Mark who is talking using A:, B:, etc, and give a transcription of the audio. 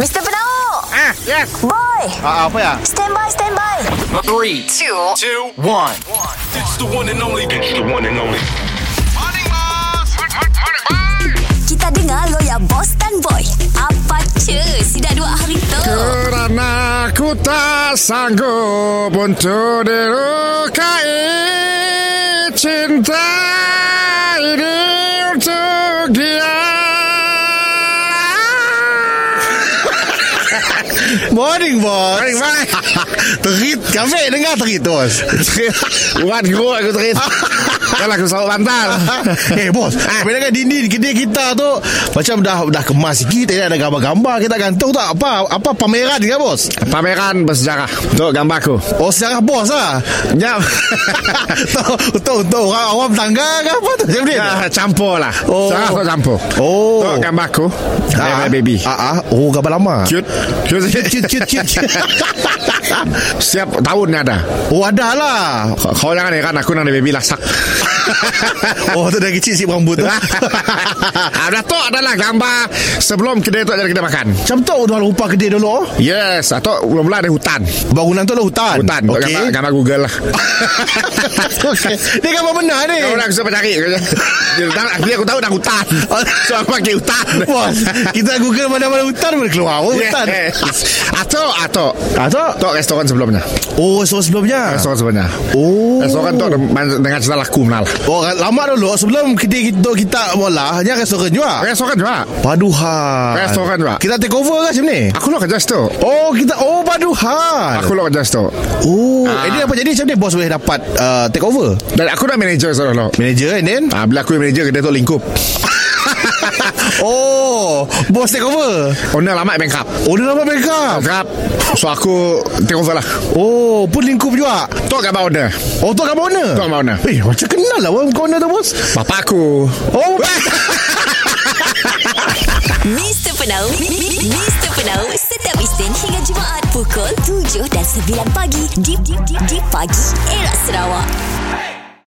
A: Mr. Penau
B: Ah, yes.
A: Boy
B: Ah, ah, apa ya?
A: Stand by, stand by
C: Three, two, two, one.
D: It's the one and only. It's the one and only.
A: Kita dengar lo ya Boss dan Boy Apa cuy Sudah dua hari tu
E: Kerana ku tak sanggup untuk dilukai Cinta ini untuk dia
B: Morning, boss.
E: Baik, baik
B: Terit. Kafe dengar terit, bos.
E: Buat geruk aku terit Kalau aku sawak bantal
B: eh, bos.
E: Ah.
B: Bila kan dinding kedai kita tu macam dah dah kemas sikit, eh, ada gambar-gambar kita gantung tak apa apa pameran ke, bos?
E: Pameran bersejarah Untuk gambar aku
B: Oh, sejarah bos lah.
E: Jam
B: Tahu tahu tahu orang awam tangga ke apa tu? Macam ni.
E: Ya, campur lah
B: Oh.
E: Sejarah aku campur
B: Oh.
E: Untuk gambar aku
B: Ah,
E: Baby, baby
B: Ah, ah. Oh, gambar lama.
E: Cute Cute
B: cute, cute, cute.
E: Setiap tahun ni ada
B: oh, ada lah.
E: Kau jangan heran aku nak ada baby lasak
B: Oh, tu dah kecil si rambut tu.
E: Ada tu adalah gambar Sebelum kedai tu jadi kedai makan
B: Macam tu dah rupa kedai dulu.
E: Yes Atau mula-mula ada hutan
B: Bangunan tu lah hutan.
E: Hutan okay.
B: Okey.
E: gambar, gambar Google lah
B: Okey. Dia gambar benar ni.
E: Kau nak susah cari Dia tak- Akhirnya aku tahu dah hutan So aku panggil hutan
B: Bos, kita google mana-mana hutan boleh keluar. Oh, hutan.
E: Yes. Atau Atau
B: Atau
E: Tok restoran sebelumnya
B: Oh, so sebelumnya.
E: Restoran sebelumnya
B: Oh.
E: Restoran tu dengan cerita laku menalah
B: Oh, lama dulu sebelum kita kita kita bola, dia restoran juga.
E: Restoran juga
B: Paduhan.
E: Restoran juga.
B: Kita take over ke macam ni?
E: Aku lo kerja situ
B: Oh, kita oh paduhan.
E: Aku lo kerja situ
B: Oh,
E: Ah.
B: ah. jadi apa jadi macam ni bos boleh dapat uh, take over?
E: Dan aku dah manager seorang lo
B: Manager and then
E: Ah, bila aku yang manager kedai tu lingkup
B: Oh, bos take over.
E: Owner lama bankrupt
B: Oh, dia dapat backup.
E: Bankrupt So aku Take over lah
B: Oh, pun lingkup juga.
E: Tok gambar owner
B: Oh, tu kat mana?
E: Tok gambar owner
B: Eh, macam kenal lah orang corner tu bos.
E: Bapak aku
B: Oh,
A: Mr. Penau Mr. Penau Setiap Isnin hingga Jumaat Pukul 7 dan 9 pagi Di, di, di, di pagi Era Sarawak